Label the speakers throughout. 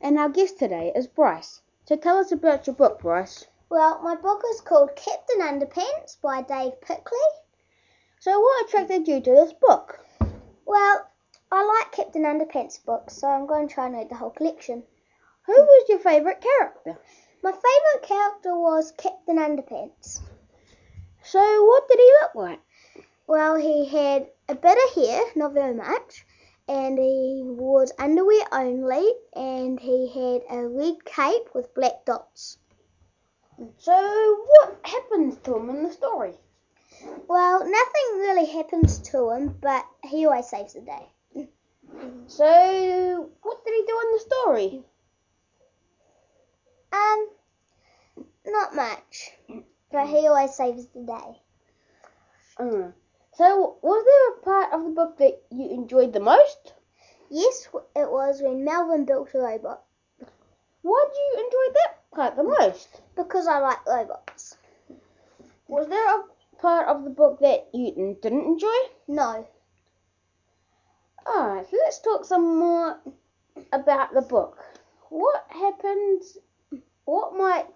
Speaker 1: and our guest today is Bryce. So tell us about your book, Bryce.
Speaker 2: Well, my book is called Captain Underpants by Dave Pickley.
Speaker 1: So what attracted you to this book?
Speaker 2: Well, I like Captain Underpants books, so I'm going to try and read the whole collection.
Speaker 1: Who was your favourite character?
Speaker 2: My favourite character was Captain Underpants.
Speaker 1: So what did he look like?
Speaker 2: Well, he had a bit of hair, not very much, and he wore underwear only, and he had a red cape with black dots.
Speaker 1: So what happens to him in the story?
Speaker 2: Well, nothing really happens to him, but he always saves the day.
Speaker 1: So what did he do in the story?
Speaker 2: Um, not much, but he always saves the day.
Speaker 1: Mm. So was there a part of the book that you enjoyed the most?
Speaker 2: Yes, it was when Melvin built a robot
Speaker 1: Why did you enjoy that part the most?
Speaker 2: because I like robots.
Speaker 1: Was there a part of the book that you didn't enjoy?
Speaker 2: No.
Speaker 1: Alright, so let's talk some more about the book. What happens? What might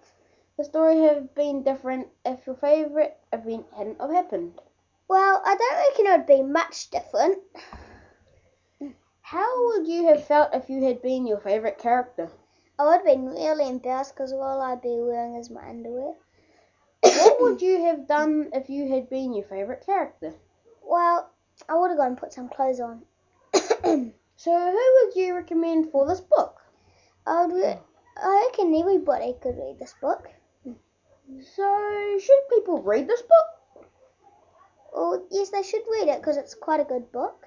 Speaker 1: the story have been different if your favourite event hadn't have happened?
Speaker 2: Well, I don't reckon it would be much different.
Speaker 1: How would you have felt if you had been your favourite character?
Speaker 2: I would have been really embarrassed because all I'd be wearing is my underwear.
Speaker 1: What would you have done if you had been your favourite character?
Speaker 2: Well, I would have gone and put some clothes on.
Speaker 1: So, who would you recommend for this book?
Speaker 2: I would re- I reckon everybody could read this book.
Speaker 1: So, should people read this book?
Speaker 2: Well, yes, they should read it because it's quite a good book.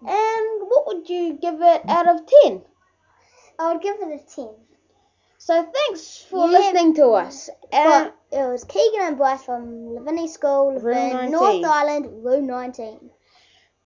Speaker 1: And what would you give it out of 10?
Speaker 2: I would give it a 10.
Speaker 1: So, thanks for
Speaker 2: Yeah.
Speaker 1: listening to us. Uh,
Speaker 2: Um, but it was Keegan and Bryce from Lavini School,
Speaker 1: Room
Speaker 2: Lavin, North
Speaker 1: 19.
Speaker 2: Island, Room 19.